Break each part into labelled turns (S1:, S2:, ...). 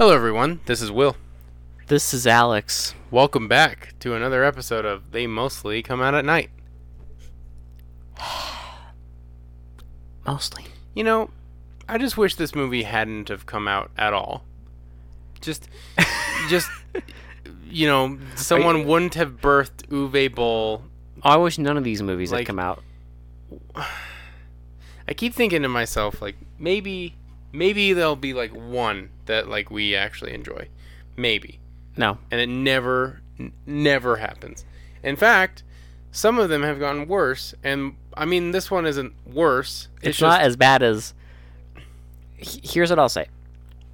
S1: everyone. This is Will.
S2: This is Alex.
S1: Welcome back to another episode of They Mostly Come Out at Night.
S2: Mostly.
S1: You know, I just wish this movie hadn't have come out at all. Just, just, you know, someone wouldn't have birthed Uwe Boll.
S2: Oh, I wish none of these movies
S1: Like-
S2: had come out.
S1: I keep thinking to myself, like, maybe, maybe there'll be like one that like we actually enjoy, maybe.
S2: No.
S1: and it never n- never happens. In fact, some of them have gotten worse and I mean this one isn't worse.
S2: It's, not as bad as. H- Here's what I'll say.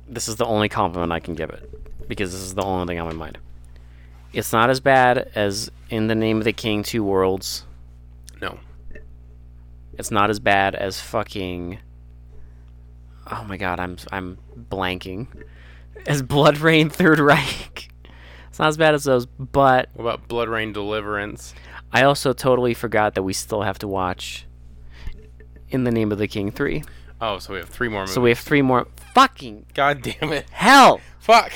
S2: This is the only compliment I can give it, because this is the only thing on my mind. It's not as bad as In the Name of the King, Two Worlds.
S1: no.
S2: It's not as bad as fucking. Oh my god, I'm I'm blanking. As Blood Rain, Third Reich. It's not as bad as those, but
S1: What about Blood Rain Deliverance?
S2: I also totally forgot that we still have to watch In the Name of the King 3.
S1: Oh, so we have three more movies.
S2: So we have three more. Fucking
S1: God damn it.
S2: hell!
S1: Fuck.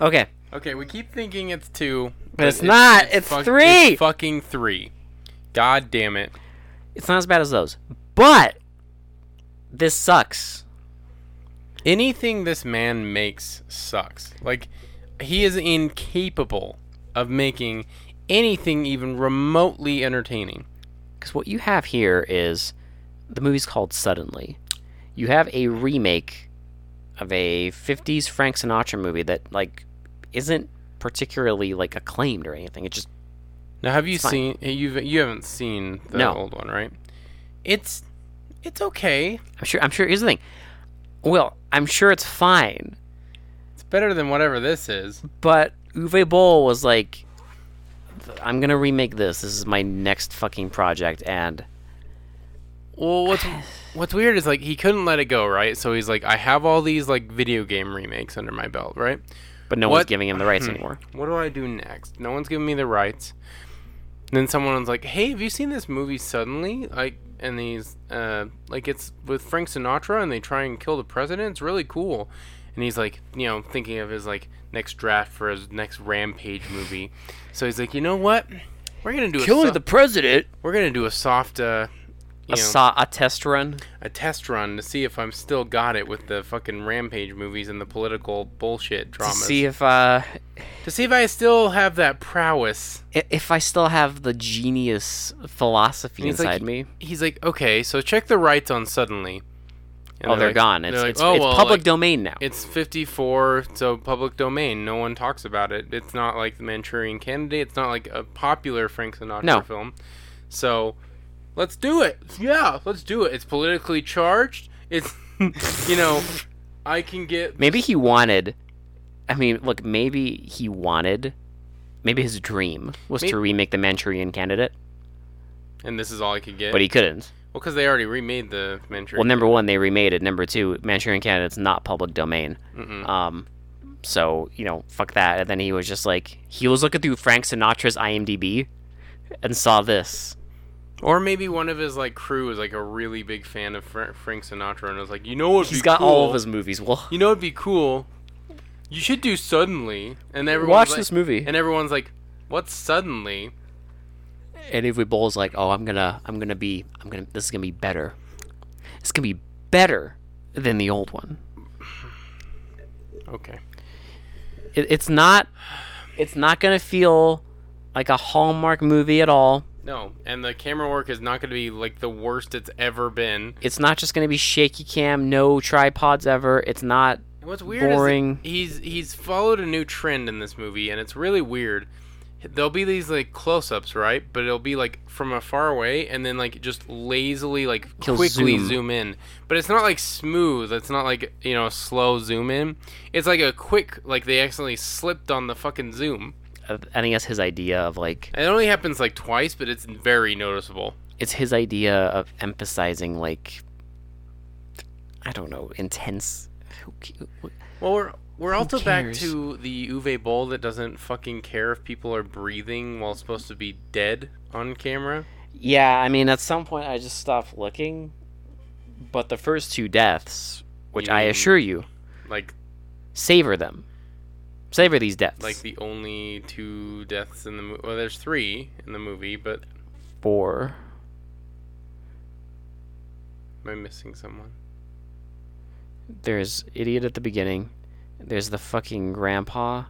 S2: Okay.
S1: Okay, we keep thinking it's two,
S2: it's not. It's three.
S1: It's fucking three. God damn it.
S2: It's not as bad as those. But this sucks.
S1: Anything this man makes sucks. Like he is incapable of making anything even remotely entertaining.
S2: Because what you have here is the movie's called Suddenly. You have a remake of a 50s Frank Sinatra movie that, like, isn't particularly, like, acclaimed or anything. It just.
S1: Now, have you
S2: It's
S1: seen
S2: fine.
S1: you've you haven't seen the
S2: No.
S1: old one, right? It's it's okay.
S2: I'm sure. I'm sure. Here's the thing. Well, I'm sure it's fine.
S1: It's better than whatever this is.
S2: But Uwe Boll was like, "I'm gonna remake this. This is my next fucking project." And
S1: Well, what's what's weird is like he couldn't let it go, right? So he's like, I have all these like video game remakes under my belt, right?
S2: but no
S1: What-
S2: one's giving him the rights anymore.
S1: What do I do next? No one's giving me the rights. And then someone was like, Hey, have you seen this movie suddenly? Like, and these uh, like it's with Frank Sinatra, and they try and kill the president. It's really cool. And he's like, you know, thinking of his like next draft for his next Rampage movie. So he's like, you know what? We're gonna do a so-
S2: president.
S1: we're gonna do a soft uh, you
S2: A
S1: know,
S2: saw a test run.
S1: a test run to see if I'm still got it with the fucking Rampage movies and the political bullshit
S2: To
S1: dramas.
S2: see if uh,
S1: to see if I still have that prowess.
S2: i- if I still have the genius philosophy
S1: He's like-
S2: inside me.
S1: He's like, okay, so check the rights on suddenly. And
S2: Oh, they're
S1: like-
S2: gone. It's,
S1: like,
S2: it's,
S1: "Oh,
S2: it's
S1: well,
S2: public
S1: like,
S2: domain now.
S1: It's 54, so public domain. No one talks about it. It's not like the Manchurian Candidate. It's not like a popular Frank Sinatra
S2: No.
S1: film. So, let's do it. Yeah, let's do it. It's politically charged. It's, you know, I can get
S2: maybe he wanted. I mean, look. Maybe he wanted. Maybe his dream was
S1: Maybe-
S2: to remake the Manchurian Candidate,
S1: and this is all I could get.
S2: but he couldn't.
S1: well, because they already remade the Manchurian.
S2: Well, number one, they remade it. Number two, Manchurian Candidate's not public domain. Um, so you know, fuck that. And then he was just like, he was looking through Frank Sinatra's IMDb, and saw this.
S1: or maybe one of his like crew is like a really big fan of Fra- Frank Sinatra and was like, you know what?
S2: He's
S1: be
S2: got all
S1: cool?
S2: of his movies. Well,
S1: You know, it'd be cool. You should do suddenly, and everyone
S2: watch this movie.
S1: And everyone's like, "What's suddenly?"
S2: And Avery Bowles like, oh, I'm gonna, I'm gonna be, I'm gonna, this is gonna be better. It's gonna be better than the old one.
S1: Okay.
S2: It, it's not, it's not gonna feel like a Hallmark movie at all.
S1: No, and the camera work is not going to be like the worst it's ever been.
S2: It's not just gonna be shaky cam, no tripods ever. It's not
S1: And What's weird
S2: Boring.
S1: is that he's he's followed a new trend in this movie, and it's really weird. There'll be these like close-ups, right? But it'll be like from a far away, and then like just lazily like
S2: He'll
S1: quickly zoom.
S2: zoom.
S1: in. But it's not like smooth. It's not like you know slow zoom in. It's like a quick like they accidentally slipped on the fucking zoom.
S2: I think that's his idea of like
S1: It only happens like twice, but it's very noticeable.
S2: it's his idea of emphasizing like I don't know intense. who ca- wh-
S1: Well, we're we're also back
S2: cares?
S1: to the Uwe Boll that doesn't fucking care if people are breathing while supposed to be dead on camera.
S2: Yeah, I mean at some point I just stopped looking, but the first two deaths, which I
S1: You-
S2: assure you,
S1: Like
S2: Savor them. Savor these deaths.
S1: Like the only two deaths in the movie. Well, there's three in the movie, but
S2: four.
S1: am I missing someone?
S2: There's idiot at the beginning. There's the fucking grandpa.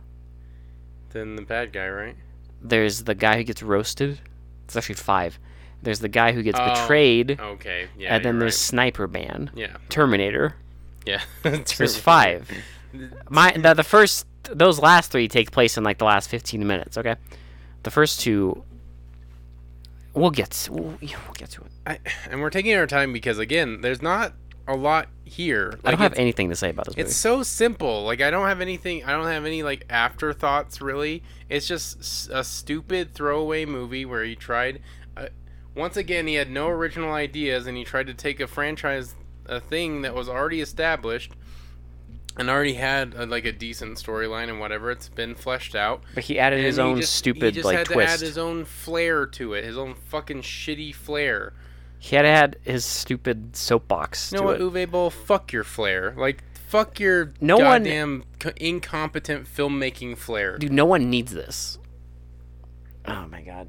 S1: Then the bad guy, right?
S2: There's the guy who gets roasted. It's actually five. There's the guy who gets
S1: Oh,
S2: betrayed,
S1: Okay. Yeah.
S2: and then
S1: you're
S2: there's
S1: right.
S2: Sniper Man,
S1: yeah.
S2: Terminator.
S1: Yeah.
S2: There's five. My the, the first those last three take place in like the last 15 minutes. Okay, the first two. We'll get to, we'll, yeah, we'll get to it.
S1: I, and we're taking our time because again, there's not a lot here. Like
S2: I don't have
S1: it's,
S2: anything to say about this movie.
S1: it's so simple. Like I don't have anything. I don't have any like afterthoughts really. It's just s- a stupid throwaway movie where he tried. Uh, once again, he had no original ideas, and he tried to take a franchise, a thing that was already established, and already had a, like a decent storyline and whatever. It's been fleshed out,
S2: But he added his
S1: And he
S2: own
S1: just-
S2: stupid
S1: he just
S2: like
S1: had
S2: twist.
S1: To add his own flair to it, his own fucking shitty flair.
S2: He had to add his stupid soapbox.
S1: You know
S2: to
S1: what,
S2: it.
S1: Uwe Boll? Fuck your flair. Like, fuck your
S2: No one-
S1: goddamn co- incompetent filmmaking flair.
S2: Dude, no one needs this. Oh my god.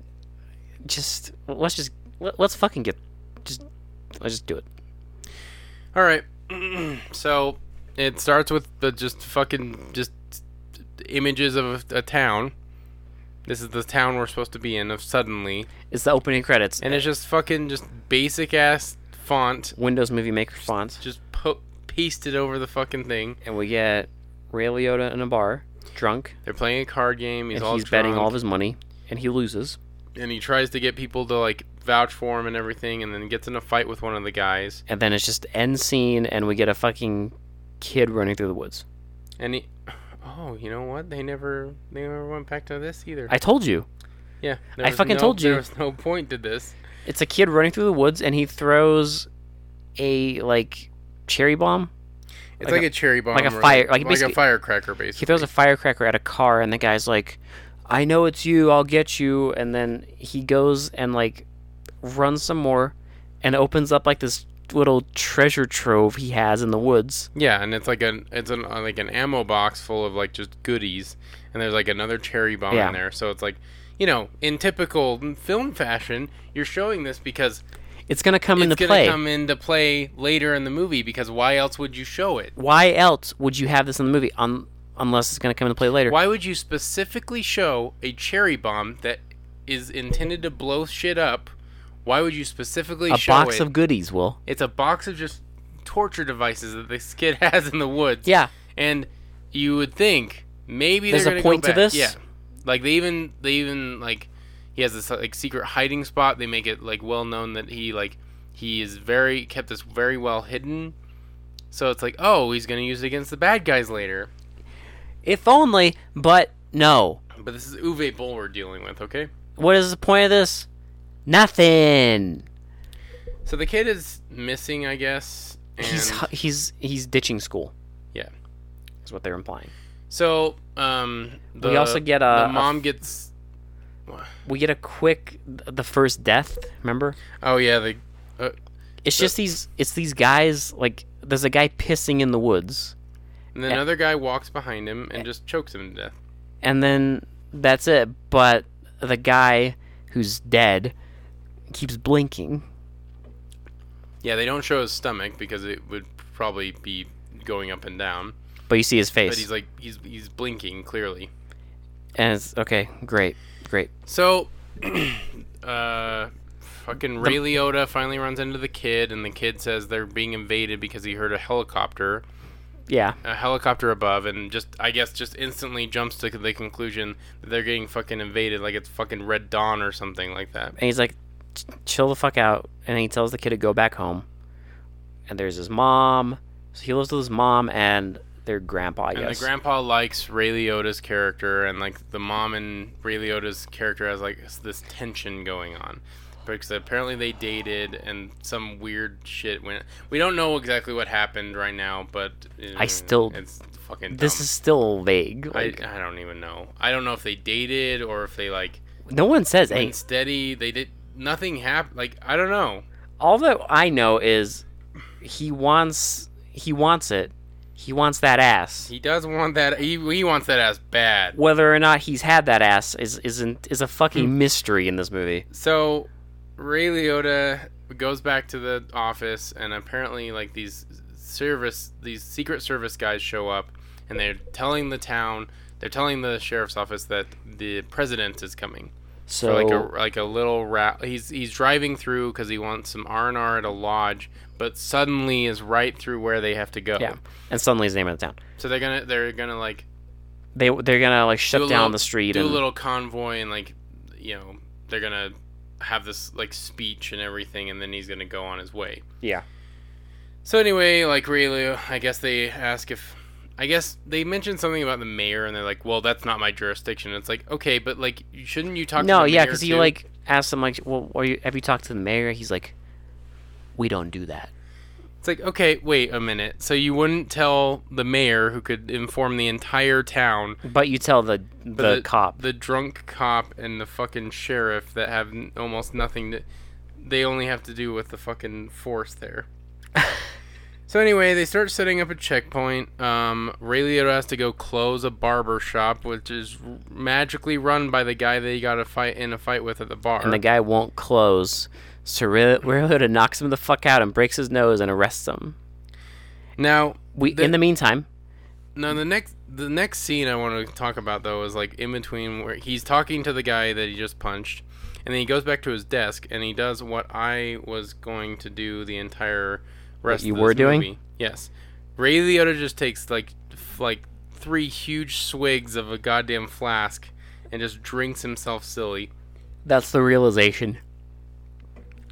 S2: Just let's just let, let's fucking get just let's just do it.
S1: All right. so it starts with the just fucking just images of a, a town. This is the town we're supposed to be in of suddenly,
S2: It's the opening credits
S1: and
S2: and
S1: it's just fucking just basic ass font,
S2: Windows Movie Maker fonts,
S1: just po- pasted over the fucking thing.
S2: and we get Ray Liotta in a bar, drunk,
S1: They're playing a card game. He's
S2: and
S1: all
S2: he's betting
S1: drunk.
S2: all of his money, and he loses.
S1: and he tries to get people to like vouch for him and everything, and then gets in a fight with one of the guys.
S2: And then it's just end scene, and we get a fucking kid running through the woods.
S1: And he, oh, you know what? They never, they never went back to this either.
S2: I told you,
S1: yeah, there
S2: I
S1: was
S2: fucking
S1: no-
S2: told you.
S1: there was no point to this.
S2: it's a kid running through the woods, and he throws a like cherry bomb.
S1: It's
S2: Like
S1: like,
S2: a-
S1: a, cherry bomb,
S2: like a
S1: or
S2: fire- like basically-
S1: a firecracker,
S2: he
S1: basically.
S2: throws a firecracker at a car and the guy's like i know it's you i'll get you and then he goes and like runs some more and opens up like this little treasure trove he has in the woods
S1: Yeah, and it's like an, it's an uh, like an ammo box full of like just goodies, and there's like another cherry bomb
S2: Yeah.
S1: in there. So it's like, you know, in typical film fashion, you're showing this because
S2: it's gonna come into
S1: it's gonna
S2: play
S1: come into play later in the movie. Because why else would you show it?
S2: why else would you have this in the movie un- unless it's gonna come into play later
S1: Why would you specifically show a cherry bomb that is intended to blow shit up? Why would you specifically
S2: a
S1: show
S2: box
S1: it?
S2: of goodies will
S1: it's a box of just torture devices that this kid has in the woods.
S2: yeah
S1: And you would think maybe
S2: There's
S1: they're
S2: a
S1: gonna go
S2: point to
S1: back.
S2: this?
S1: Yeah. Like they even they even like he has this like secret hiding spot. They make it like well known that he like he is very kept this very well hidden. So it's like, oh, he's gonna use it against the bad guys later.
S2: if only but no
S1: But this is Uwe Boll we're dealing with, okay?
S2: what is the point of this nothing
S1: So the kid is missing, I guess. And
S2: he's hu- he's he's ditching school
S1: Yeah.
S2: is what they're implying
S1: so um. The,
S2: also get a-
S1: the mom gets.
S2: we get a quick the first death remember
S1: Oh yeah, the uh,
S2: it's just these it's these guys like there's a guy pissing in the woods
S1: and then another guy walks behind him and just chokes him to death.
S2: and then that's it but the guy who's dead keeps blinking
S1: Yeah, they don't show his stomach because it would probably be going up and down.
S2: but you see his
S1: But
S2: face
S1: he's like he's he's blinking clearly.
S2: and it's okay great great
S1: So, uh, fucking Ray Liotta finally runs into the kid, and the kid says they're being invaded because he heard a helicopter.
S2: yeah
S1: a helicopter above and just I guess just instantly jumps to the conclusion that they're getting fucking invaded like it's fucking Red Dawn or something like that.
S2: and he's like "Ch- chill the fuck out and he tells the kid to go back home and there's his mom so he lives with his mom and their grandpa i
S1: And
S2: guess
S1: the grandpa likes Ray Liotta's character and like the mom and Ray Liotta's character has like s- this tension going on. Because apparently they dated and some weird shit went. We don't know exactly what happened right now, but
S2: I
S1: uh,
S2: still-
S1: it's fucking.
S2: this
S1: dumb.
S2: is still vague
S1: I,
S2: like
S1: I don't even know. I don't know if they dated or if they like
S2: no one says anything
S1: went steady. They did nothing happened. Like I don't know.
S2: all that I know is he wants he wants it He wants that ass.
S1: He does want that. He, he wants that ass bad.
S2: Whether or not he's had that ass is isn't is a fucking
S1: Hmm.
S2: mystery in this movie.
S1: So Ray Liotta goes back to the office, and apparently, like these service, these Secret Service guys show up, and they're telling the town, they're telling the sheriff's office that the president is coming.
S2: So
S1: So like a like a little rat. He's he's driving through because he wants some R and R at a lodge, but suddenly is right through where they have to go.
S2: yeah, and suddenly his name of the town.
S1: So they're gonna they're gonna like
S2: They they're gonna like shut
S1: do a
S2: down
S1: little-
S2: the street
S1: do
S2: and
S1: a little convoy, and like you know they're gonna have this like speech and everything, and then he's gonna go on his way.
S2: yeah.
S1: So anyway, like really, I guess they ask if, I guess they mentioned something about the mayor, and they're like, "Well, that's not my jurisdiction." It's like, okay, but like, you- shouldn't you talk?
S2: No,
S1: to the
S2: yeah,
S1: mayor,
S2: because he
S1: too?
S2: like asked him like, well, are you, have you talked to the mayor? He's like, we don't do that.
S1: It's like, okay, wait a minute. So you wouldn't tell the mayor, who could inform the entire town,
S2: But you tell the
S1: but
S2: the, cop.
S1: the drunk cop, and the fucking sheriff that have n- almost nothing to. They only have to do with the fucking force there. so anyway, they start setting up a checkpoint. Um, Ray Liotta has to go close a barber shop, which is r- magically run by the guy that he got a fight in a fight with at the bar.
S2: and the guy won't close. So Ray Ray Liotta knocks him the fuck out and breaks his nose and arrests him.
S1: now
S2: We
S1: The-
S2: in the meantime,
S1: No, the next the next scene I want to talk about though is like in between where he's talking to the guy that he just punched, and then he goes back to his desk and he does what I was going to do the entire rest.
S2: you
S1: of
S2: were
S1: this
S2: doing?
S1: Movie. Yes, Ray Liotta just takes like f- like three huge swigs of a goddamn flask and just drinks himself silly.
S2: that's the realization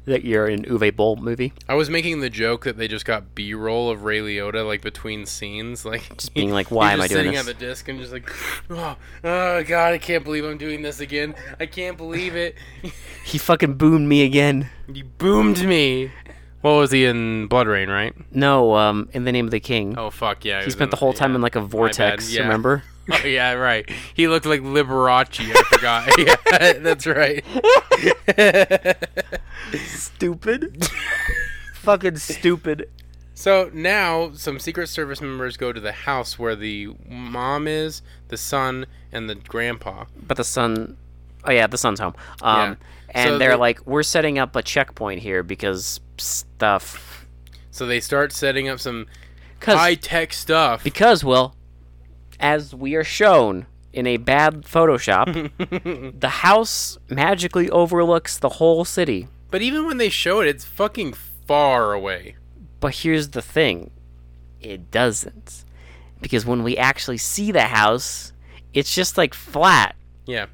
S2: that you're in Uwe Boll movie,
S1: I was making the joke that they just got B roll of Ray Liotta like between scenes, like
S2: just being like, why
S1: He's
S2: am I
S1: just
S2: doing
S1: sitting
S2: this?
S1: at the desk and just like, oh, oh, God, I can't believe I'm doing this again. I can't believe it.
S2: He fucking boomed me again.
S1: you boomed me. What was he in Blood Rain, right?
S2: No, um, in the name of the king.
S1: Oh fuck yeah.
S2: he spent the whole time in like a vortex.
S1: yeah.
S2: Remember?
S1: Oh, yeah, right. He looked like Liberace. I forgot. yeah, that's right.
S2: Stupid. fucking stupid.
S1: So now some Secret Service members go to the house where the mom is, the son, and the grandpa.
S2: But the son. Oh yeah, the son's home. Um,
S1: Yeah.
S2: and
S1: So
S2: they're
S1: the-
S2: like, we're setting up a checkpoint here because stuff.
S1: So they start setting up some
S2: Because
S1: high tech stuff.
S2: Because, well, as we are shown in a bad Photoshop, the house magically overlooks the whole city.
S1: But even when they show it, it's fucking far away.
S2: But here's the thing it doesn't. Because when we actually see the house, it's just like flat.
S1: Yeah.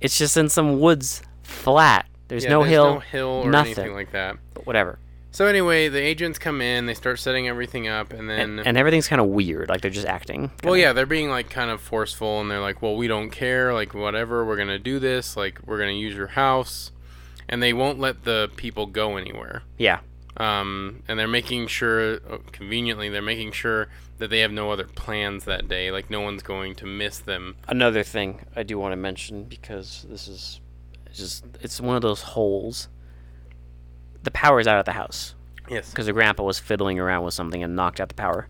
S2: It's just in some woods, flat. There's
S1: Yeah,
S2: no
S1: there's
S2: hill,
S1: no hill or
S2: nothing.
S1: anything like that.
S2: but whatever.
S1: So anyway, the agents come in, they start setting everything up, and then
S2: And everything's kind of weird. Like they're just acting.
S1: well, yeah, they're being like kind of forceful, and they're like, "Well, we don't care, like whatever, we're gonna do this, like we're gonna use your house," and they won't let the people go anywhere.
S2: Yeah.
S1: Um, and they're making sure, oh, conveniently, they're making sure that they have no other plans that day, like no one's going to miss them.
S2: another thing I do want to mention because this is it's just it's one of those holes. The power's out at the house
S1: Yes.
S2: because the grandpa was fiddling around with something and knocked out the power.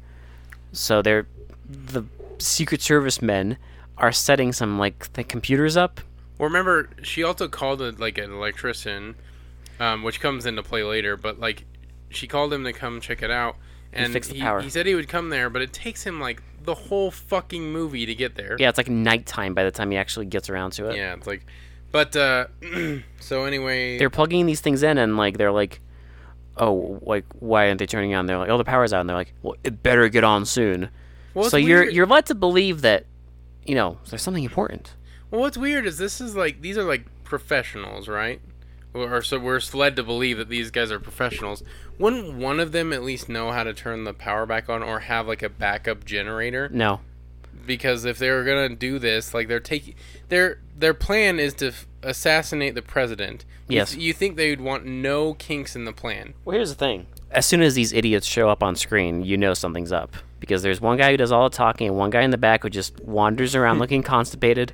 S2: So they're the Secret Service men are setting some like the computers up.
S1: Well, remember, she also called a, like an electrician, um, which comes into play later. But like, she called him to come check it out, and
S2: fix the
S1: he,
S2: power.
S1: he said he would come there, but it takes him like the whole fucking movie to get there.
S2: Yeah, it's like nighttime by the time he actually gets around to it.
S1: Yeah, it's like, but uh, so anyway,
S2: They're plugging these things in and like they're like, oh, like why aren't they turning on? They're like, oh, the power's out. And they're like, well, it better get on soon.
S1: well, what's
S2: so you're
S1: weird-
S2: you're led to believe that, you know, there's something important.
S1: Well, what's weird is this is like these are like professionals, right? Or or so we're led to believe that these guys are professionals. Wouldn't one of them at least know how to turn the power back on, or have like a backup generator?
S2: No.
S1: because if they were gonna do this, like they're taking their their plan is to f- assassinate the president. You
S2: Yes.
S1: th- you think they would want no kinks in the plan?
S2: Well, here's the thing. As soon as these idiots show up on screen, you know something's up because there's one guy who does all the talking and one guy in the back who just wanders around looking constipated,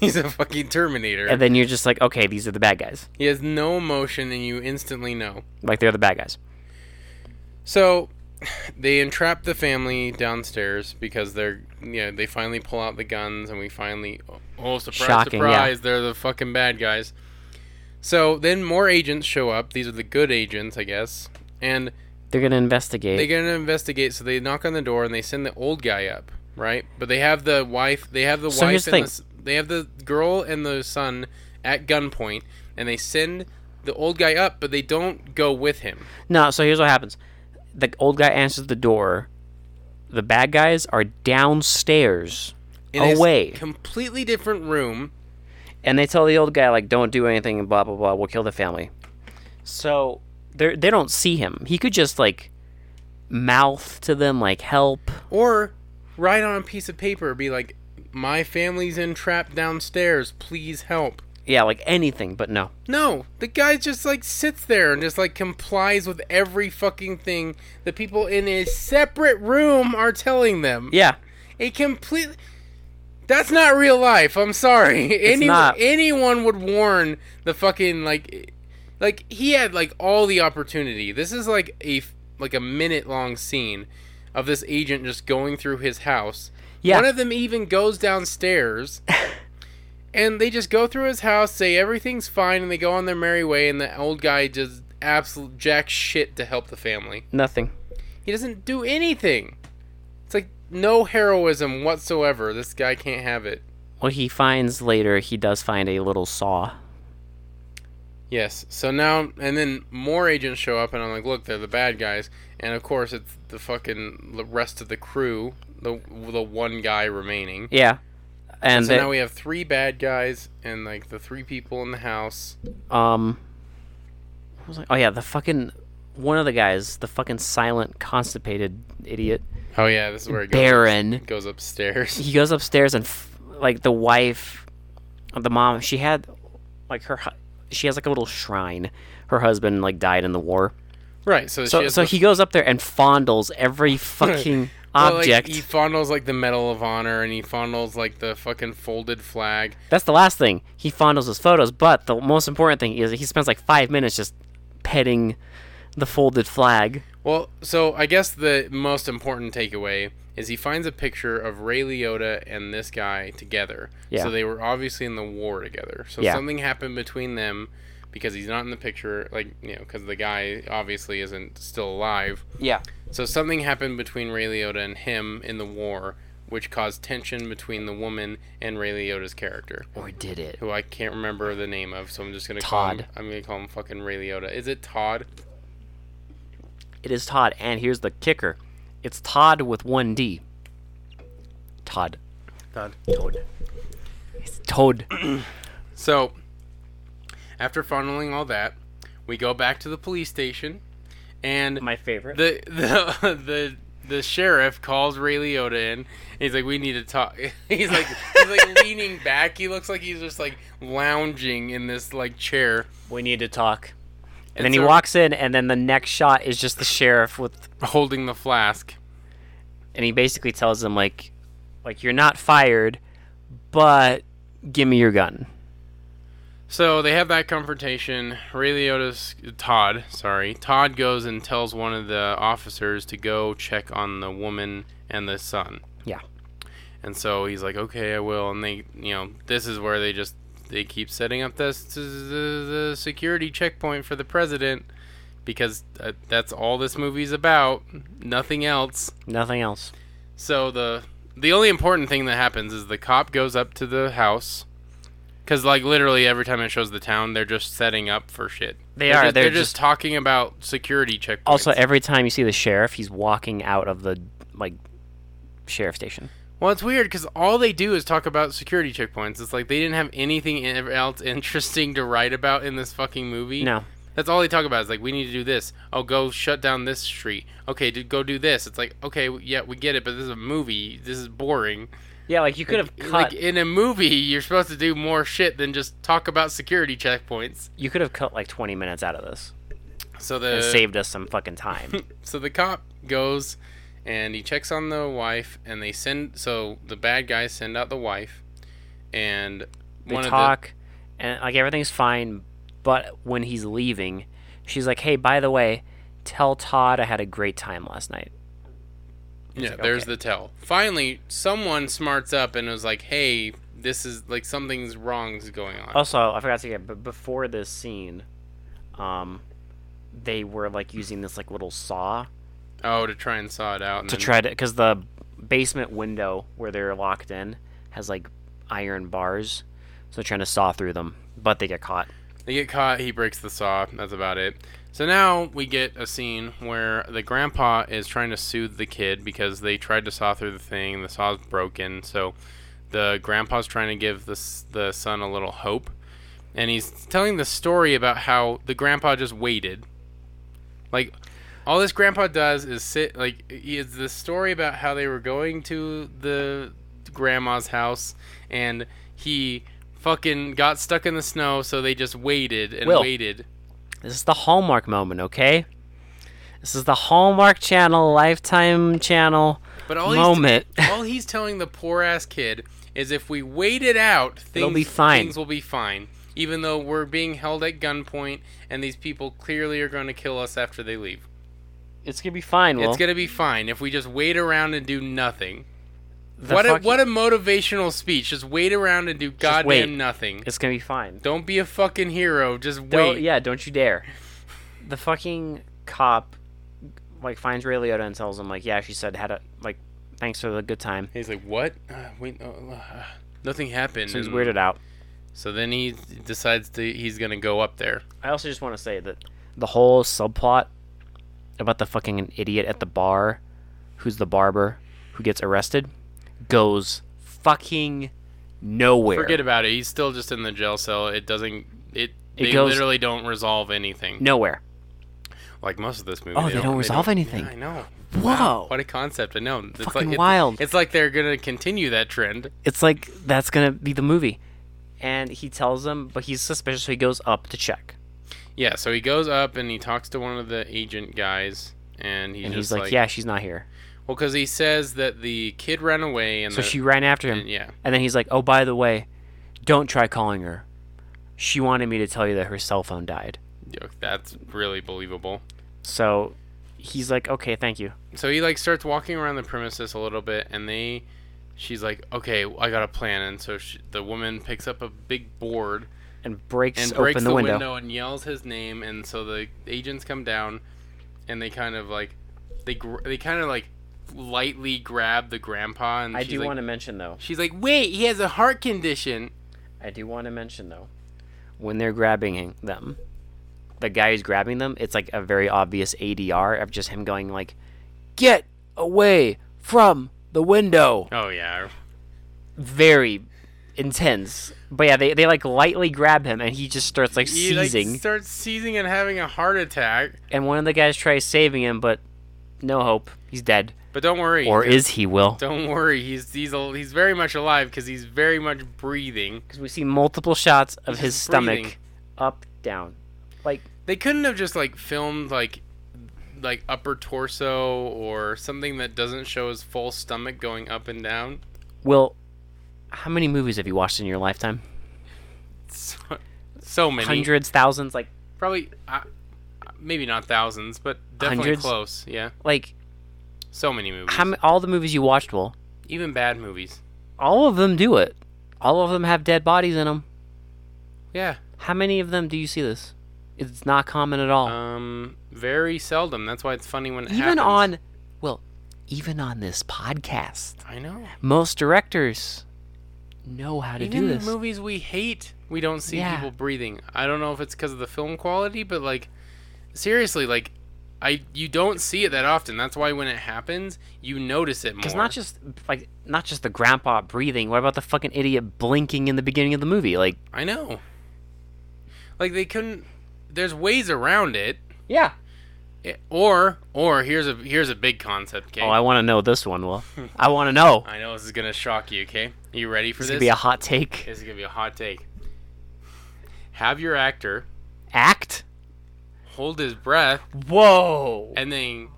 S1: He's a fucking Terminator.
S2: and then you're just like, okay, these are the bad guys.
S1: he has no emotion, and you instantly know.
S2: Like they're the bad guys.
S1: So they entrap the family downstairs because they're yeah they finally pull out the guns and we finally oh surprise
S2: Shocking, yeah.
S1: surprise they're the fucking bad guys. So then more agents show up. These are the good agents, I guess, and
S2: They're gonna investigate.
S1: they're gonna investigate. So they knock on the door and they send the old guy up, right? But they have the wife. They have the
S2: So
S1: wife
S2: here's the
S1: and the,
S2: thing.
S1: s- they have the girl and the son at gunpoint, and they send the old guy up, but they don't go with him.
S2: No, so here's what happens. The old guy answers the door. The bad guys are downstairs
S1: in a
S2: away.
S1: completely different room.
S2: and they tell the old guy like don't do anything and blah blah blah, we'll kill the family. So they they don't see him. He could just like mouth to them like help.
S1: Or write on a piece of paper, be like, "My family's entrapped downstairs. Please help."
S2: Yeah, like anything, but no.
S1: No, the guy just like sits there and just like complies with every fucking thing the people in a separate room are telling them.
S2: Yeah.
S1: A complete. That's not real life. I'm sorry. Any,
S2: not.
S1: Anyone would warn the fucking like, like he had like all the opportunity. This is like a f- like a minute long scene of this agent just going through his house.
S2: Yeah.
S1: One of them even goes downstairs. And they just go through his house, say everything's fine, and they go on their merry way. And the old guy does absolute jack shit to help the family.
S2: Nothing.
S1: He doesn't do anything. It's like no heroism whatsoever. This guy can't have it.
S2: What he finds later, he does find a little saw.
S1: Yes. So now and then more agents show up and I'm like, "Look, they're the bad guys." And of course, it's the fucking the rest of the crew, the the one guy remaining.
S2: Yeah. And
S1: So
S2: they-
S1: now we have three bad guys and like the three people in the house.
S2: Um, what was I? Oh yeah, the fucking one of the guys, the fucking silent, constipated idiot
S1: Oh yeah, this is where it goes.
S2: Baron.
S1: It goes upstairs.
S2: He goes upstairs and f- like the wife, the mom. She had like her. hu- She has like a little shrine. Her husband like died in the war.
S1: Right. So she
S2: So
S1: has
S2: so
S1: the-
S2: he goes up there and fondles every fucking
S1: well, like,
S2: object.
S1: he fondles like the Medal of Honor and he fondles like the fucking folded flag.
S2: That's the last thing. He fondles his photos, but the most important thing is he spends like five minutes just petting the folded flag.
S1: Well, so I guess the most important takeaway is he finds a picture of Ray Liotta and this guy together.
S2: Yeah.
S1: So they were obviously in the war together. So
S2: Yeah.
S1: something happened between them because he's not in the picture, like, you know, because the guy obviously isn't still alive.
S2: Yeah.
S1: So something happened between Ray Liotta and him in the war, which caused tension between the woman and Ray Liotta's character,
S2: Or did it?
S1: who I can't remember the name of. So I'm just gonna call him.
S2: Todd.
S1: I'm gonna call him fucking Ray Liotta. Is it Todd?
S2: It is Todd, and here's the kicker: it's Todd with one D. Todd.
S1: Todd.
S2: Toad. It's Toad.
S1: So, after funneling all that, we go back to the police station, and
S2: My favorite.
S1: the the the the sheriff calls Ray Liotta in. He's like, "We need to talk." He's like, he's like leaning back. He looks like he's just like lounging in this like chair.
S2: we need to talk. And, then
S1: so-
S2: he walks in, and then the next shot is just the sheriff with,
S1: holding the flask.
S2: and he basically tells him like, like you're not fired, but give me your gun.
S1: So they have that confrontation. Ray Liotta's Todd, sorry, Todd goes and tells one of the officers to go check on the woman and the son.
S2: Yeah.
S1: And so he's like, "Okay, I will." And they, you know, this is where they just they keep setting up this the security checkpoint for the president because uh, that's all this movie's about, nothing else.
S2: Nothing else.
S1: So the the only important thing that happens is the cop goes up to the house cuz like literally every time it shows the town they're just setting up for shit.
S2: They
S1: they're
S2: are,
S1: Just,
S2: they're
S1: they're just, talking about security checkpoints.
S2: Also, eh every time you see the sheriff, he's walking out of the like sheriff station.
S1: well, it's weird cuz all they do is talk about security checkpoints. It's like they didn't have anything in- else interesting to write about in this fucking movie.
S2: No.
S1: That's all they talk about. Is like we need to do this. Oh, go shut down this street. Okay, dude, go do this. It's like okay, w- yeah, we get it, but this is a movie. This is boring.
S2: Yeah, like you could have cut.
S1: Like in a movie, you're supposed to do more shit than just talk about security checkpoints.
S2: you could have cut like 20 minutes out of this
S1: So
S2: and
S1: the
S2: saved us some fucking time.
S1: so the cop goes and he checks on the wife, and they send. So the bad guys send out the wife, and
S2: they
S1: one
S2: talk, and like everything's fine, but when he's leaving, she's like, "Hey, by the way, tell Todd I had a great time last night.
S1: Yeah,
S2: like,
S1: there's
S2: okay.
S1: the tell. Finally, someone smarts up and was like, "Hey, this is like something's wrong's going on."
S2: Also, I forgot to get, but before this scene, um, they were like using this like little saw
S1: Oh, to try and saw it out. And
S2: to
S1: then-
S2: try to because the basement window where they're locked in has like iron bars, so they're trying to saw through them, but they get caught.
S1: They get caught. He breaks the saw. That's about it. So now we get a scene where the grandpa is trying to soothe the kid because they tried to saw through the thing. The saw's broken. So the grandpa's trying to give the s- the son a little hope, and he's telling the story about how the grandpa just waited. Like all this grandpa does is sit. Like he is the story about how they were going to the grandma's house, and he fucking got stuck in the snow. So they just waited and
S2: Will.
S1: waited.
S2: This is the Hallmark moment, okay? This is the Hallmark Channel, Lifetime Channel
S1: But all
S2: moment.
S1: he's all he's telling the poor ass kid is if we wait it out, things
S2: be fine.
S1: Things will be fine, even though we're being held at gunpoint and these people clearly are going to kill us after they leave.
S2: It's gonna be fine. Will.
S1: It's going to be fine if we just wait around and do nothing.
S2: The
S1: what a,
S2: fuck-
S1: what a motivational speech! Just wait around and do
S2: wait.
S1: goddamn nothing.
S2: It's gonna be fine.
S1: Don't be a fucking hero. Just
S2: Don't,
S1: wait.
S2: yeah, don't you dare. The fucking cop like finds Ray Liotta and tells him like, yeah, she said had a like, thanks for the good time.
S1: He's like, what? Uh, wait, uh, uh, nothing happened.
S2: So he's
S1: And
S2: weirded out.
S1: so then he decides to he's gonna go up there.
S2: I also just want to say that the whole subplot about the fucking idiot at the bar, who's the barber, who gets arrested, goes fucking nowhere.
S1: Forget about it. He's still just in the jail cell. It doesn't. It.
S2: It
S1: they
S2: goes-
S1: literally don't resolve anything.
S2: nowhere.
S1: Like most of this movie.
S2: Oh, they don't resolve anything.
S1: Yeah, I know.
S2: Whoa.
S1: What a concept. I know. It's
S2: Fucking
S1: like, it-
S2: wild.
S1: It's like they're gonna continue that trend.
S2: It's like that's gonna be the movie. And he tells him, but he's suspicious, so he goes up to check.
S1: Yeah. So he goes up and he talks to one of the agent guys, and he's
S2: And
S1: just
S2: he's like,
S1: like,
S2: Yeah, she's not here.
S1: Well, because he says that the kid ran away, and
S2: So
S1: the,
S2: she ran after him.
S1: and- yeah.
S2: And then he's like, Oh, by the way, don't try calling her. She wanted me to tell you that her cell phone died.
S1: Yuck, That's really believable.
S2: So he's like, Okay, thank you.
S1: so he like starts walking around the premises a little bit and they she's like okay i got a plan and so she, the woman picks up a big board
S2: And breaks,
S1: and breaks
S2: open
S1: the, window.
S2: window.
S1: and yells his name and so the agents come down and they kind of like they gr- they kind of like lightly grab the grandpa and
S2: I
S1: she's
S2: do
S1: like,
S2: want to mention though.
S1: she's like wait he has a heart condition
S2: I do want to mention though. When they're grabbing him- them, the guy who's grabbing them, it's like a very obvious ADR of just him going like, "Get away from the window."
S1: oh yeah
S2: Very intense. But yeah, they, they like lightly grab him and he just starts like
S1: he like,
S2: seizing.
S1: starts seizing and having a heart attack
S2: and one of the guys tries saving him, but no hope. He's dead.
S1: but don't worry
S2: Or is he? Will
S1: don't worry he's he's al- he's very much alive because he's very much breathing
S2: because we see multiple shots of
S1: He's
S2: his
S1: just
S2: stomach,
S1: breathing.
S2: up, down, like
S1: they couldn't have just like filmed like like upper torso or something that doesn't show his full stomach going up and down
S2: Will, how many movies have you watched in your lifetime?
S1: so, so many
S2: Hundreds, thousands, like
S1: probably uh, maybe not thousands but definitely
S2: Hundreds?
S1: close yeah
S2: like
S1: so many movies
S2: how m- all the movies you watched will
S1: even bad movies
S2: all of them do it. All of them have dead bodies in them.
S1: yeah
S2: How many of them do you see this? It's not common at all.
S1: um very seldom that's why it's funny when it
S2: even
S1: happens.
S2: on well, even on this podcast,
S1: i know
S2: most directors know how to
S1: even
S2: do this.
S1: movies we hate we don't see
S2: Yeah.
S1: people breathing i don't know if it's because of the film quality but like seriously like i you don't see it that often that's why when it happens you notice it more
S2: Because not just like not just the grandpa breathing. What about the fucking idiot blinking in the beginning of the movie? Like
S1: i know like they couldn't there's ways around it
S2: yeah.
S1: It- or or here's a here's a big concept okay
S2: Oh, I want to know this one. Will I want to know?
S1: I know this is gonna shock you okay you ready for
S2: This
S1: this
S2: could be a hot take.
S1: this is gonna be a hot take have your actor
S2: act.
S1: hold his breath
S2: Whoa.
S1: and then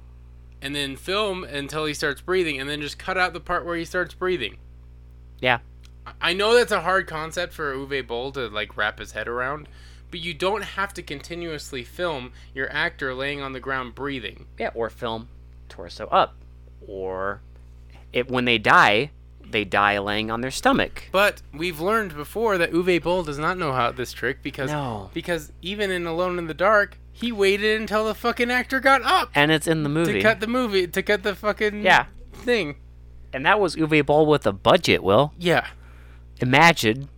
S1: and then film until he starts breathing and then just cut out the part where he starts breathing
S2: Yeah.
S1: I- i know that's a hard concept for uwe boll to like wrap his head around but you don't have to continuously film your actor laying on the ground breathing.
S2: Yeah, or film torso up, or it when they die, they die laying on their stomach.
S1: But we've learned before that Uwe Boll does not know how this trick because
S2: No.
S1: because even in Alone in the Dark, he waited until the fucking actor got up
S2: And it's in the movie.
S1: to cut the movie to cut the fucking
S2: Yeah.
S1: thing.
S2: and that was Uwe Boll with a budget. Will
S1: Yeah.
S2: imagine.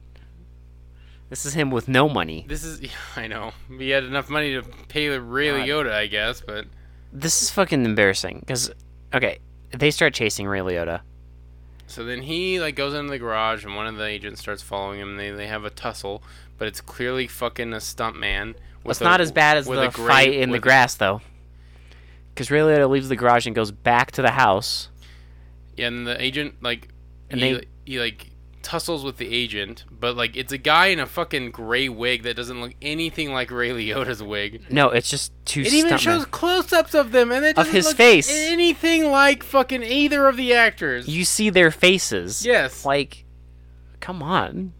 S2: This is him with no money.
S1: This is I know. He had enough money to pay the Ray Liotta, I guess, but
S2: This is fucking embarrassing. Cause, okay, they start chasing Ray Liotta.
S1: So then he like goes into the garage, and one of the agents starts following him. And they they have a tussle, but it's clearly fucking a stuntman. with
S2: It's
S1: a-
S2: not as bad as
S1: with
S2: the
S1: a gray-
S2: fight in the
S1: with a-
S2: grass, though. Because Ray Liotta leaves the garage and goes back to the house.
S1: Yeah, and the agent like
S2: And
S1: he,
S2: they-
S1: he like tussles with the agent, but like it's a guy in a fucking gray wig that doesn't look anything like Ray Liotta's wig.
S2: No, it's just two
S1: It even
S2: stuntmen.
S1: shows close-ups of them, and it
S2: Of
S1: doesn't
S2: his
S1: look
S2: face.
S1: anything like fucking either of the actors.
S2: You see their faces.
S1: yes,
S2: Like, come on,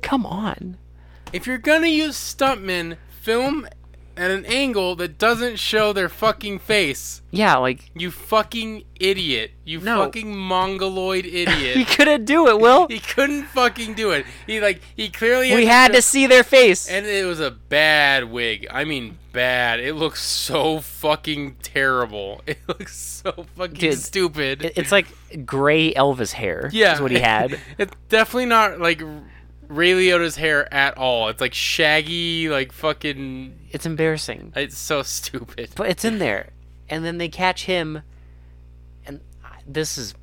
S2: come on.
S1: if you're gonna use stuntmen, film at an angle that doesn't show their fucking face.
S2: Yeah, like
S1: You fucking idiot. You
S2: No.
S1: fucking mongoloid
S2: he
S1: idiot.
S2: couldn't do it. Will
S1: he couldn't fucking do it. He like he clearly
S2: we had to see their face.
S1: and it was a bad wig. I mean bad. It looks so fucking terrible. It looks so fucking
S2: Dude,
S1: stupid.
S2: It- It's like gray Elvis hair.
S1: yeah.
S2: is what he had.
S1: it's definitely not like Ray Liotta's hair at all. It's like shaggy, like fucking
S2: It's embarrassing,
S1: it's so stupid.
S2: but it's in there. And then they catch him, and I- this is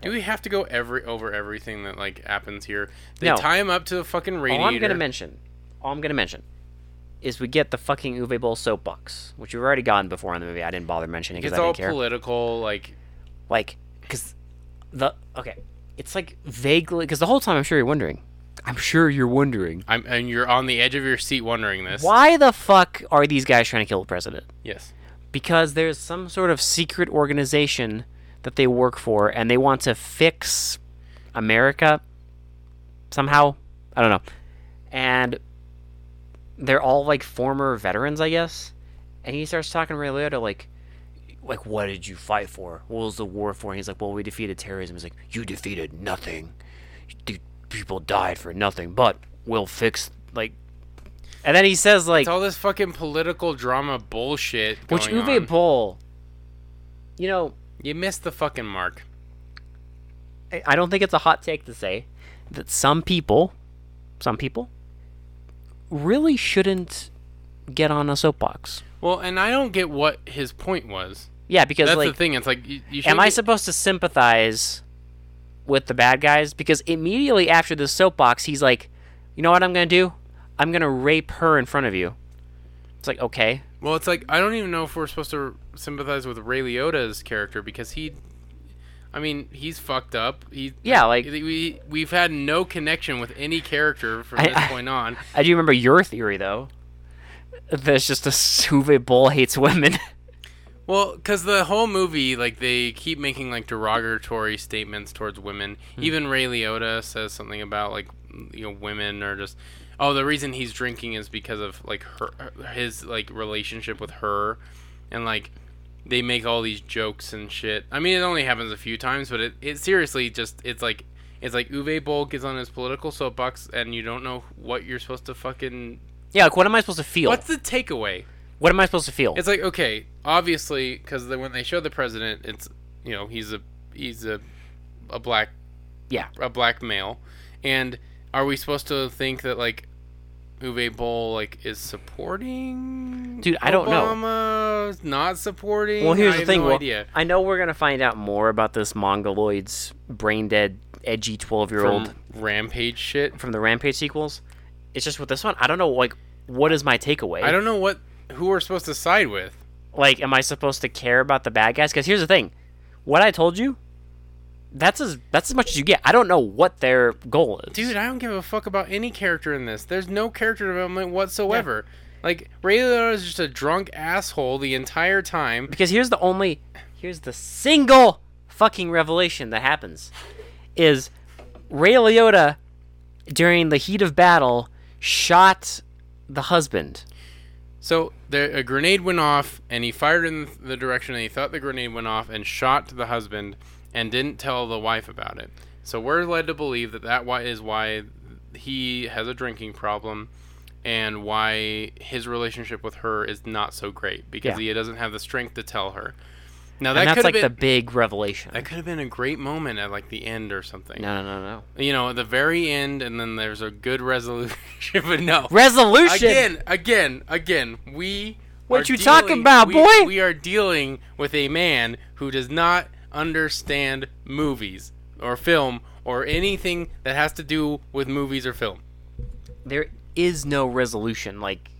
S1: Do we have to go every over everything that like happens here? They
S2: No.
S1: tie him up to a fucking radiator.
S2: All I'm gonna mention, all I'm gonna mention, is we get the fucking Uwe Boll soapbox, which we've already gotten before in the movie. I didn't bother mentioning because
S1: It's
S2: I
S1: all
S2: didn't care.
S1: political, like
S2: like, because the okay, it's like vaguely because the whole time I'm sure you're wondering. I'm sure you're wondering
S1: I'm, and you're on the edge of your seat wondering this.
S2: why the fuck are these guys trying to kill the president?
S1: Yes.
S2: Because there's some sort of secret organization that they work for, and they want to fix America somehow. I don't know. And they're all like former veterans, I guess. And he starts talking to Ray Liotta like, like, what did you fight for? What was the war for? And he's like, well, we defeated terrorism. He's like, you defeated nothing. The people died for nothing, but we'll fix like. And then he says like,
S1: It's all this fucking political drama bullshit.
S2: which
S1: going
S2: Uwe
S1: on.
S2: Boll, you know,
S1: you missed the fucking mark.
S2: I- I don't think it's a hot take to say that some people, some people, really shouldn't get on a soapbox.
S1: Well, and I don't get what his point was.
S2: Yeah, because
S1: That's the
S2: like,
S1: thing. It's like you, you
S2: am I
S1: shouldn't
S2: supposed to sympathize with the bad guys? Because immediately after the soapbox, he's like, you know what I'm gonna do? I'm gonna rape her in front of you. It's like okay,
S1: be- well, it's like I don't even know if we're supposed to sympathize with Ray Liotta's character because he, I mean, he's fucked up. He
S2: Yeah, like-
S1: we we've had no connection with any character from
S2: I-
S1: this
S2: I-
S1: point on.
S2: I do remember your theory though. There's just a Uwe Boll hates women.
S1: Well, because the whole movie, like they keep making like derogatory statements towards women.
S2: Hmm.
S1: Even Ray Liotta says something about like you know women are just oh the reason he's drinking is because of like her his like relationship with her, and like they make all these jokes and shit. I mean, it only happens a few times, but it, it seriously just it's like it's like Uwe Boll gets on his political soapbox, and you don't know what you're supposed to fucking.
S2: yeah, like what am I supposed to feel?
S1: What's the takeaway?
S2: What am I supposed to feel?
S1: It's like okay, obviously, because when they show the president, it's you know he's a he's a a black
S2: Yeah.
S1: a black male, and are we supposed to think that like Uwe Boll like is supporting?
S2: Dude, I don't know.
S1: Obama, not supporting.
S2: Well, here's
S1: I
S2: the
S1: have
S2: thing.
S1: No
S2: Will.
S1: idea.
S2: I know we're gonna find out more about this mongoloid's brain dead, edgy twelve year old
S1: From rampage shit.
S2: from the Rampage sequels. It's just with this one, I don't know. Like, what is my takeaway?
S1: I don't know what who we're supposed to side with.
S2: like. Am I supposed to care about the bad guys? Because here's the thing, what I told you, that's as that's as much as you get. I don't know what their goal is.
S1: Dude, I don't give a fuck about any character in this. There's no character development whatsoever. Like Ray Liotta is just a drunk asshole the entire time.
S2: because here's the only here's the single fucking revelation that happens is Ray Liotta during the heat of battle shot the husband.
S1: So there, a grenade went off, and he fired in the direction that he thought the grenade went off, and shot the husband, and didn't tell the wife about it. So we're led to believe that that why is why he has a drinking problem, and why his relationship with her is not so great because
S2: Yeah.
S1: he doesn't have the strength to tell her. Now
S2: and
S1: that
S2: that's
S1: could have
S2: like the
S1: been
S2: big revelation.
S1: that could have been a great moment at like the end or something.
S2: No, no, no, no.
S1: You know, at the very end, and then there's a good resolution, but no.
S2: Resolution.
S1: Again, again, again. We.
S2: What
S1: are
S2: you talking about,
S1: we-
S2: boy?
S1: We are dealing with a man who does not understand movies or film or anything that has to do with movies or film.
S2: There is no resolution. Like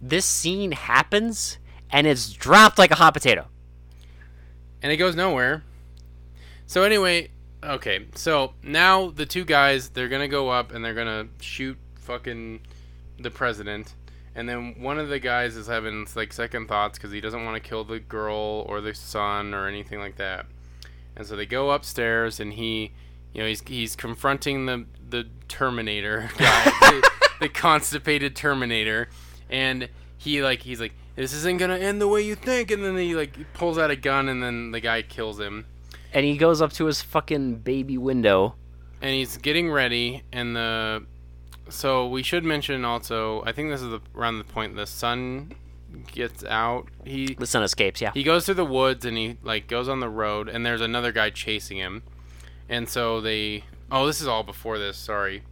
S2: this scene happens and it's dropped like a hot potato.
S1: and it goes nowhere. So anyway, okay. So now the two guys they're gonna go up and they're gonna shoot fucking the president, and then one of the guys is having like second thoughts because he doesn't want to kill the girl or the son or anything like that, and so they go upstairs and he, you know, he's he's confronting the the Terminator guy, the, the constipated Terminator, and he like he's like this isn't gonna end the way you think and then he like pulls out a gun and then the guy kills him
S2: And he goes up to his fucking baby window.
S1: and he's getting ready and the so we should mention also i think this is the, around the point the sun gets out he
S2: The sun escapes, yeah.
S1: he goes through the woods and he like goes on the road and there's another guy chasing him and so they oh this is all before this sorry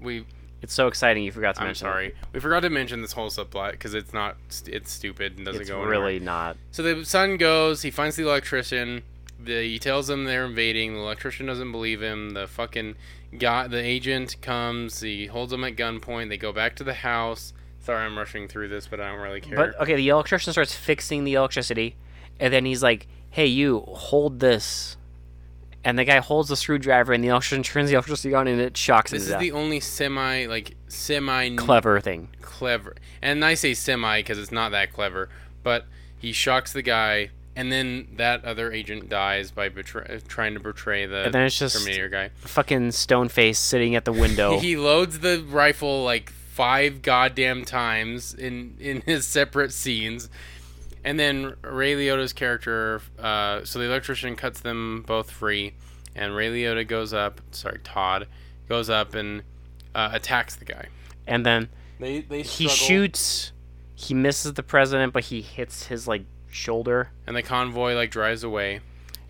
S1: we
S2: It's so exciting you forgot to
S1: i'm
S2: mention. it.
S1: sorry we forgot to mention this whole subplot because it's not it's stupid and doesn't
S2: It's
S1: go anywhere.
S2: really not.
S1: So the son goes, he finds the electrician. The, he tells them they're invading. The electrician doesn't believe him. The fucking guy, the agent comes. He holds them at gunpoint. They go back to the house. Sorry, I'm rushing through this, but I don't really care.
S2: But okay, the electrician starts fixing the electricity, and then he's like, "Hey, you hold this," and the guy holds the screwdriver, and the electrician turns the electricity on, and it shocks him.
S1: this
S2: to
S1: is
S2: death.
S1: the only semi, like semi
S2: clever thing.
S1: clever. And I say semi because it's not that clever. But he shocks the guy, and then that other agent dies by betray- trying to betray the
S2: And then it's Oh. just
S1: Terminator guy.
S2: fucking stone face sitting at the window.
S1: He loads the rifle like five goddamn times in in his separate scenes, and then Ray Liotta's character. Uh, so the electrician cuts them both free, and Ray Liotta goes up. Sorry, Todd goes up and uh, attacks the guy.
S2: and then
S1: They they
S2: he shoots. He misses the president, but he hits his like shoulder.
S1: and the convoy like drives away,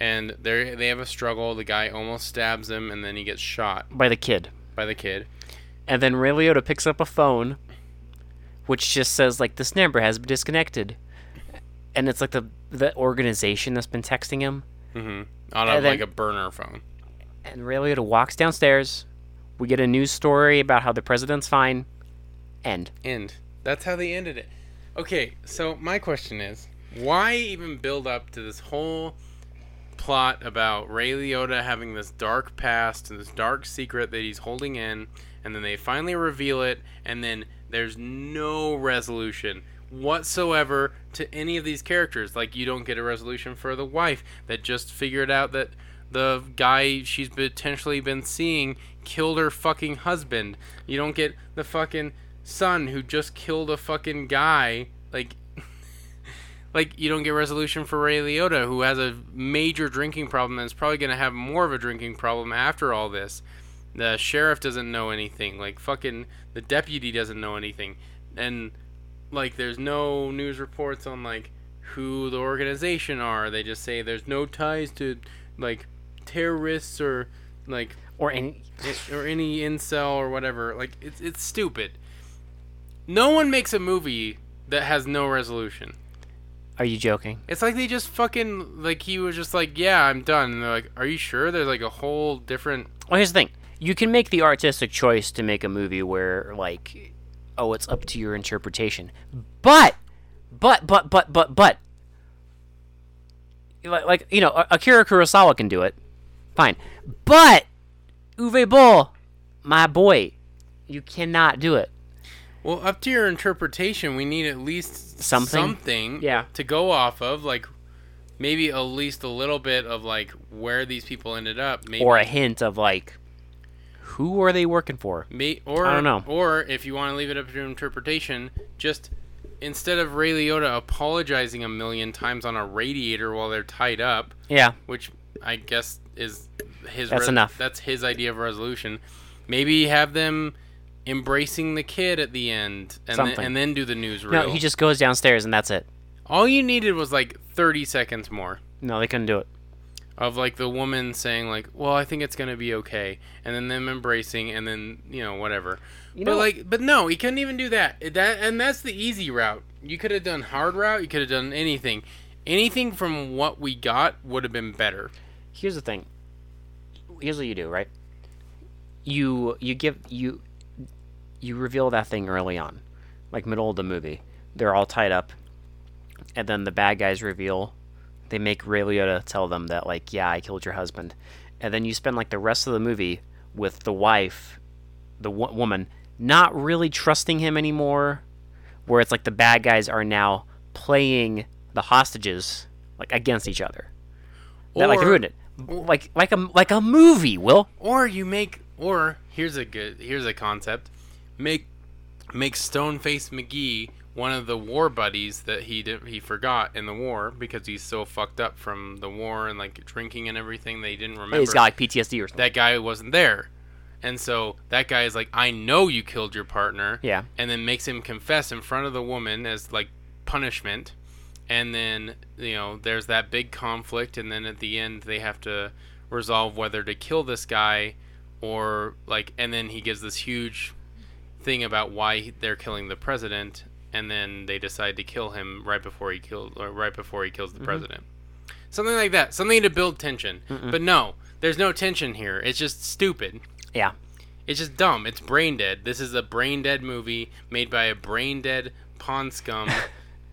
S1: and they they have a struggle. The guy almost stabs him, and then he gets shot
S2: by the kid.
S1: by the kid.
S2: And then Ray Liotta picks up a phone, which just says like this number has been disconnected, and it's like the the organization that's been texting him.
S1: On a,
S2: And then-
S1: like a burner phone.
S2: And Ray Liotta walks downstairs. We get a news story about how the president's fine. End.
S1: end. That's how they ended it. Okay, so my question is, why even build up to this whole plot about Ray Liotta having this dark past and this dark secret that he's holding in, and then they finally reveal it, and then there's no resolution whatsoever to any of these characters. Like you don't get a resolution for the wife that just figured out that the guy she's potentially been seeing killed her fucking husband. You don't get the fucking son who just killed a fucking guy. Like like you don't get resolution for Ray Liotta, who has a major drinking problem and is probably going to have more of a drinking problem after all this. The sheriff doesn't know anything. Like fucking the deputy doesn't know anything, and like there's no news reports on like who the organization are. They just say there's no ties to like terrorists or like
S2: Or any.
S1: it- or any incel or whatever. Like it's it's stupid. No one makes a movie that has no resolution.
S2: Are you joking?
S1: It's like they just fucking like he was just like, yeah, I'm done. And they're like, are you sure? There's like a whole different.
S2: Well, here's the thing. You can make the artistic choice to make a movie where like, oh, it's up to your interpretation. But, but, but, but, but, but. Like, like you know, A- Akira Kurosawa can do it. Fine. But Uwe Boll, my boy, you cannot do it.
S1: Well, up to your interpretation, we need at least
S2: Something?
S1: something
S2: Yeah.
S1: to go off of. Like maybe at least a little bit of like where these people ended up. Maybe
S2: or a hint of like Who are they working for?
S1: May, or
S2: I don't know.
S1: Or if you want to leave it up to interpretation, just instead of Ray Liotta apologizing a million times on a radiator while they're tied up,
S2: Yeah,
S1: which I guess is his.
S2: That's enough.
S1: That's his idea of resolution. Maybe have them embracing the kid at the end, and then,
S2: Something.
S1: and then do the newsreel.
S2: no, he just goes downstairs and that's it.
S1: All you needed was like thirty seconds more
S2: No, they couldn't do it.
S1: of like the woman saying like, "Well, I think it's gonna be okay," and then them embracing, and then you know whatever.
S2: You
S1: but
S2: know-
S1: like, but no, he couldn't even do that. That and that's the easy route. You could have done hard route. You could have done anything. Anything from what we got would have been better.
S2: Here's the thing. Here's what you do, right? You you give you you reveal that thing early on, like middle of the movie. They're all tied up, and then the bad guys reveal. They make Ray Liotta tell them that like, yeah, I killed your husband, and then you spend like the rest of the movie with the wife, the wo- woman, not really trusting him anymore. Where it's like the bad guys are now playing the hostages like against each other. That like
S1: Or-
S2: ruined it. Like like a like a movie. Will
S1: Or you make or here's a good here's a concept. Make make Stoneface McGee one of the war buddies that he did, he forgot in the war because he's so fucked up from the war and like drinking and everything that he didn't remember.
S2: he's got like PTSD or something.
S1: that guy wasn't there. And so that guy is like, I know you killed your partner.
S2: Yeah.
S1: And then makes him confess in front of the woman as like punishment. And then, you know, there's that big conflict. And then at the end, they have to resolve whether to kill this guy or like, and then he gives this huge thing about why they're killing the president. And then they decide to kill him right before he killed, or right before he kills the president something like that something to build tension but no there's no tension here it's just stupid
S2: Yeah.
S1: it's just dumb it's brain dead this is a brain dead movie made by a brain dead pawn scum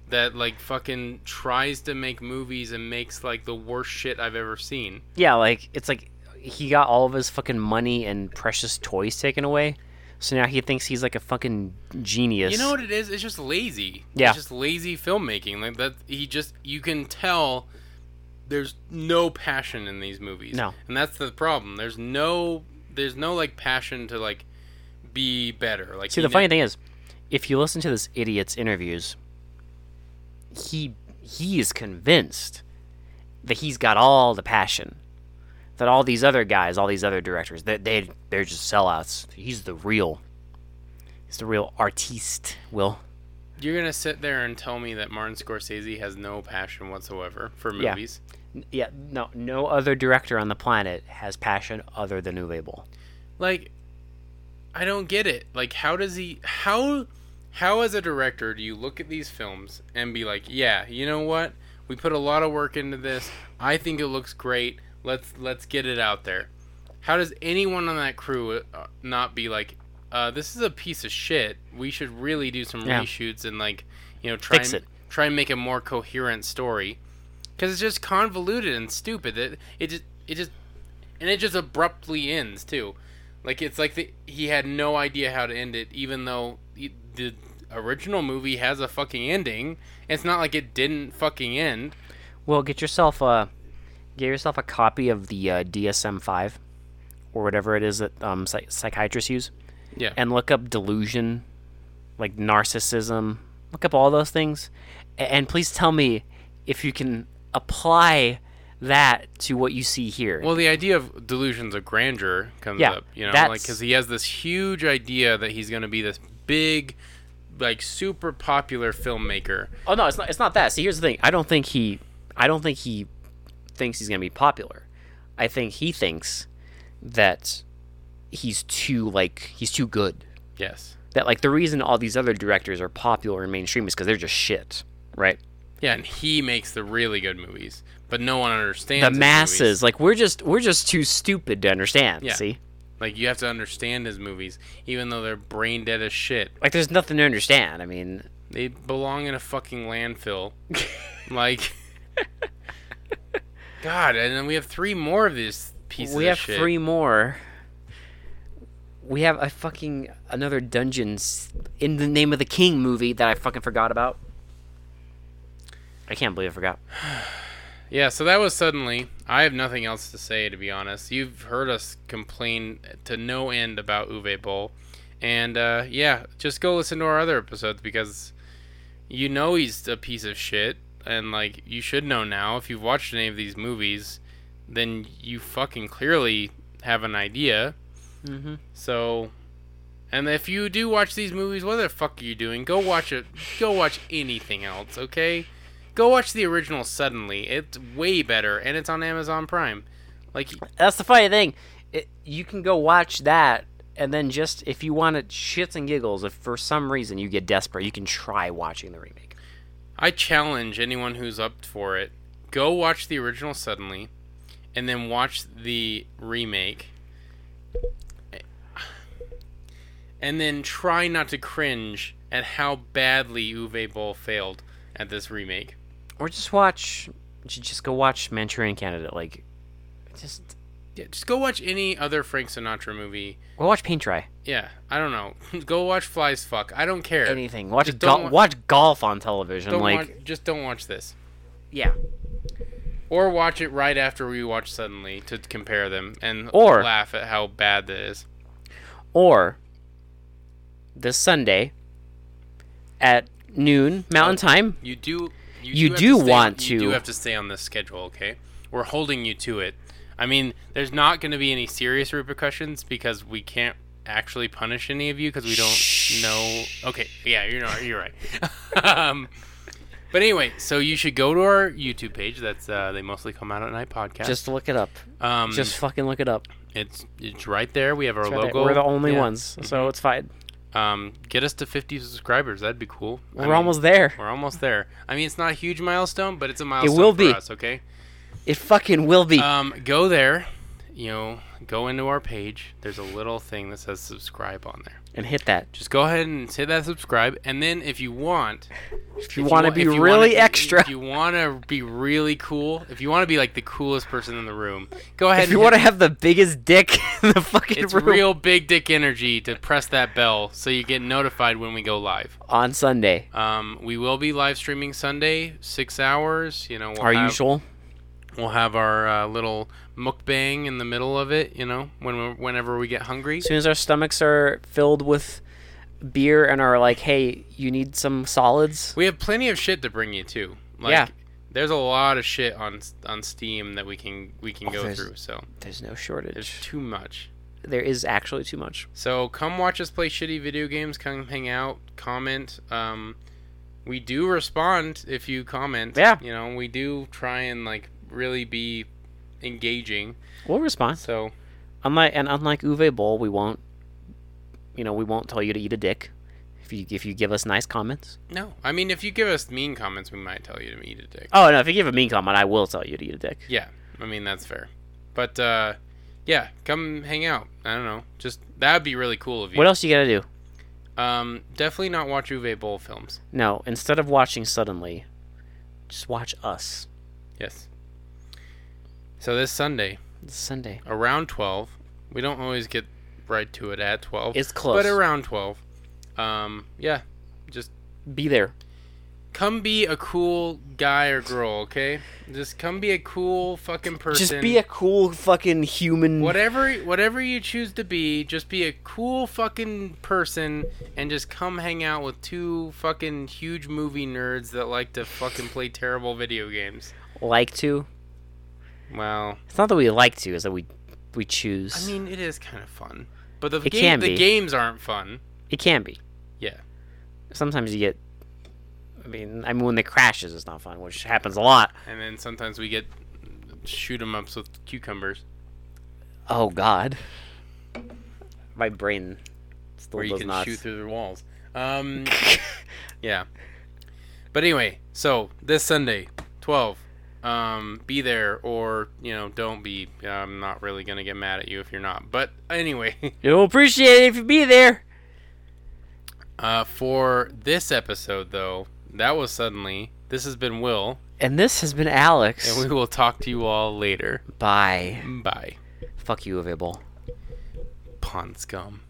S1: that like fucking tries to make movies and makes like the worst shit i've ever seen
S2: Yeah, like it's like he got all of his fucking money and precious toys taken away. So now he thinks he's like a fucking genius.
S1: You know what it is? It's just lazy.
S2: Yeah.
S1: It's just lazy filmmaking. Like that he just you can tell there's no passion in these movies.
S2: No.
S1: And that's the problem. There's no there's no like passion to like be better. Like
S2: See,
S1: you
S2: the funny thing is, if you listen to this idiot's interviews, he he is convinced that he's got all the passion. That all these other guys, all these other directors, that they they're just sellouts. He's the real. He's the real artiste. Will.
S1: know, you're gonna sit there and tell me that Martin Scorsese has no passion whatsoever for
S2: Yeah.
S1: movies.
S2: Yeah, no, no other director on the planet has passion other than New Label.
S1: like i don't get it like how does he how how as a director do you look at these films and be like yeah you know what we put a lot of work into this i think it looks great let's let's get it out there how does anyone on that crew uh, not be like uh, this is a piece of shit we should really do some
S2: Yeah.
S1: reshoots and like you know try
S2: Fix
S1: and,
S2: it.
S1: try and make a more coherent story because it's just convoluted and stupid it, it just it just and it just abruptly ends too like it's like the, he had no idea how to end it even though he, the original movie has a fucking ending it's not like it didn't fucking end
S2: Well, get yourself a get yourself a copy of the uh, DSM five or whatever it is that um, psych- psychiatrists use,
S1: yeah
S2: and look up delusion, like narcissism. Look up all those things, a- and please tell me if you can apply that to what you see here.
S1: well the idea of delusions of grandeur comes
S2: Yeah,
S1: up you know like
S2: that's-
S1: because he has this huge idea that he's going to be this big like super popular filmmaker
S2: Oh no, it's not. It's not that. See, here's the thing. I don't think he. I don't think he thinks he's gonna be popular. I think he thinks that he's too like he's too good.
S1: yes
S2: That like the reason all these other directors are popular and mainstream is because they're just shit, right?
S1: yeah and he makes the really good movies but no one understands
S2: The
S1: his movies.
S2: masses, like we're just we're just too stupid to understand.
S1: Yeah.
S2: See,
S1: like you have to understand his movies even though they're brain dead as shit
S2: like there's nothing to understand. I mean,
S1: They belong in a fucking landfill. like, God, and then we have three more of these pieces.
S2: we
S1: of
S2: have
S1: shit.
S2: three more. We have a fucking another dungeons in the name of the king movie that I fucking forgot about. I can't believe I forgot.
S1: Yeah, so that was suddenly. I have nothing else to say, to be honest. You've heard us complain to no end about Uwe Boll. And uh, yeah, just go listen to our other episodes because you know he's a piece of shit. And like, you should know now. If you've watched any of these movies, then you fucking clearly have an idea.
S2: Mm-hmm.
S1: So, and if you do watch these movies, what the fuck are you doing? Go watch it. Go watch anything else, okay? Go watch the original suddenly. It's way better, and it's on Amazon Prime. Like,
S2: That's the funny thing. It, you can go watch that, and then just if you want to shits and giggles, if for some reason you get desperate, you can try watching the remake.
S1: I challenge anyone who's up for it. Go watch the original suddenly, and then watch the remake. And then try not to cringe at how badly Uwe Boll failed at this remake.
S2: Or just watch, j- just go watch Manchurian Candidate. Like, just
S1: Yeah, just go watch any other Frank Sinatra movie.
S2: go watch Paint Dry.
S1: Yeah, I don't know. go watch Flies Fuck. I don't care.
S2: Anything. Watch
S1: Just
S2: go-
S1: don't wa-
S2: watch golf on television.
S1: don't
S2: like,
S1: watch, just don't watch this.
S2: yeah.
S1: Or watch it right after we watch Suddenly to compare them and
S2: Or-
S1: laugh at how bad that is.
S2: Or this Sunday at noon Mountain Time.
S1: You do. You,
S2: You
S1: have
S2: do
S1: stay-
S2: want
S1: You do
S2: to-
S1: have to stay on this schedule, okay? We're holding you to it. I mean, there's not going to be any serious repercussions because we can't actually punish any of you because we don't know. Okay, yeah, you're not, you're right. um, but anyway, so you should go to our YouTube page. That's uh, they mostly come out at night podcast.
S2: Just look it up.
S1: um,
S2: Just fucking look it up.
S1: it's it's right there. We have our
S2: It's right there.
S1: logo.
S2: We're the only
S1: Yeah. Mm-hmm.
S2: ones, so it's fine.
S1: Um, get us to 50 subscribers. That'd be cool. I
S2: We're
S1: mean,
S2: almost there.
S1: We're almost there. I mean, it's not a huge milestone, but it's a milestone
S2: will
S1: for
S2: be.
S1: us, okay?
S2: It fucking will be.
S1: Um, go there, you know, go into our page. There's a little thing that says subscribe on there.
S2: and hit that.
S1: Just go ahead and hit that subscribe, and then if you want,
S2: If you
S1: if
S2: want to
S1: wa-
S2: be
S1: if you wanna-
S2: really
S1: if-
S2: extra,
S1: if you want to be really cool, if you want to be like the coolest person in the room, go ahead.
S2: if you
S1: and
S2: want
S1: hit-
S2: to have the biggest dick in the fucking
S1: it's
S2: room
S1: real big dick energy to press that bell so you get notified when we go live.
S2: on Sunday,
S1: Um, we will be live streaming Sunday, six hours. You know, we'll
S2: our
S1: have,
S2: usual.
S1: We'll have our uh, little mukbang in the middle of it, you know, when we whenever we get hungry.
S2: As soon as our stomachs are filled with beer and are like, hey, you need some solids.
S1: We have plenty of shit to bring you too. Like,
S2: Yeah.
S1: There's a lot of shit on on Steam that we can we can go
S2: Oh, there's-
S1: through. So
S2: There's no
S1: there's
S2: shortage.
S1: too much.
S2: There is actually too much.
S1: So come watch us play shitty video games. Come hang out. Comment. Um, we do respond if you comment.
S2: Yeah.
S1: You know, we do try and like really be engaging.
S2: We'll respond.
S1: So
S2: Unlike and unlike Uwe Boll, we won't. You know, we won't tell you to eat a dick. If you if you give us nice comments.
S1: no, I mean, if you give us mean comments, we might tell you to eat a dick.
S2: Oh no, if you give a mean comment, I will tell you to eat a dick.
S1: Yeah, I mean that's fair. But uh, yeah, come hang out. I don't know. Just that would be really cool of you.
S2: What else you gotta do?
S1: Um, definitely not watch Uwe Boll films.
S2: No, instead of watching suddenly, just watch us.
S1: Yes. So this Sunday
S2: It's Sunday.
S1: around twelve, we don't always get right to it at twelve.
S2: It's close.
S1: but around twelve. Um, yeah, just
S2: Be there.
S1: come be a cool guy or girl, okay? Just come be a cool fucking person.
S2: Just be a cool fucking human.
S1: whatever whatever you choose to be, just be a cool fucking person and just come hang out with two fucking huge movie nerds that like to fucking play terrible video games.
S2: like to.
S1: Well,
S2: It's not that we like to, it's that we we choose.
S1: I mean, it is kind of fun, but the
S2: It
S1: game,
S2: can
S1: the
S2: be.
S1: games aren't fun.
S2: it can be.
S1: Yeah.
S2: Sometimes you get. I mean, I mean, when it crashes, it's not fun, which happens a lot.
S1: And then sometimes we get shoot 'em ups with cucumbers
S2: Oh God. My brain still
S1: where you
S2: does
S1: can
S2: not.
S1: shoot through the walls. Um, yeah. But anyway, so this Sunday, 12, um, be there or, you know, don't be. I'm not really going to get mad at you if you're not. But anyway,
S2: You'll appreciate it if you be there.
S1: uh, for this episode, though, that was suddenly. This has been Will,
S2: And this has been Alex.
S1: and we will talk to you all later.
S2: Bye.
S1: Bye.
S2: Fuck you, available.
S1: Pond scum.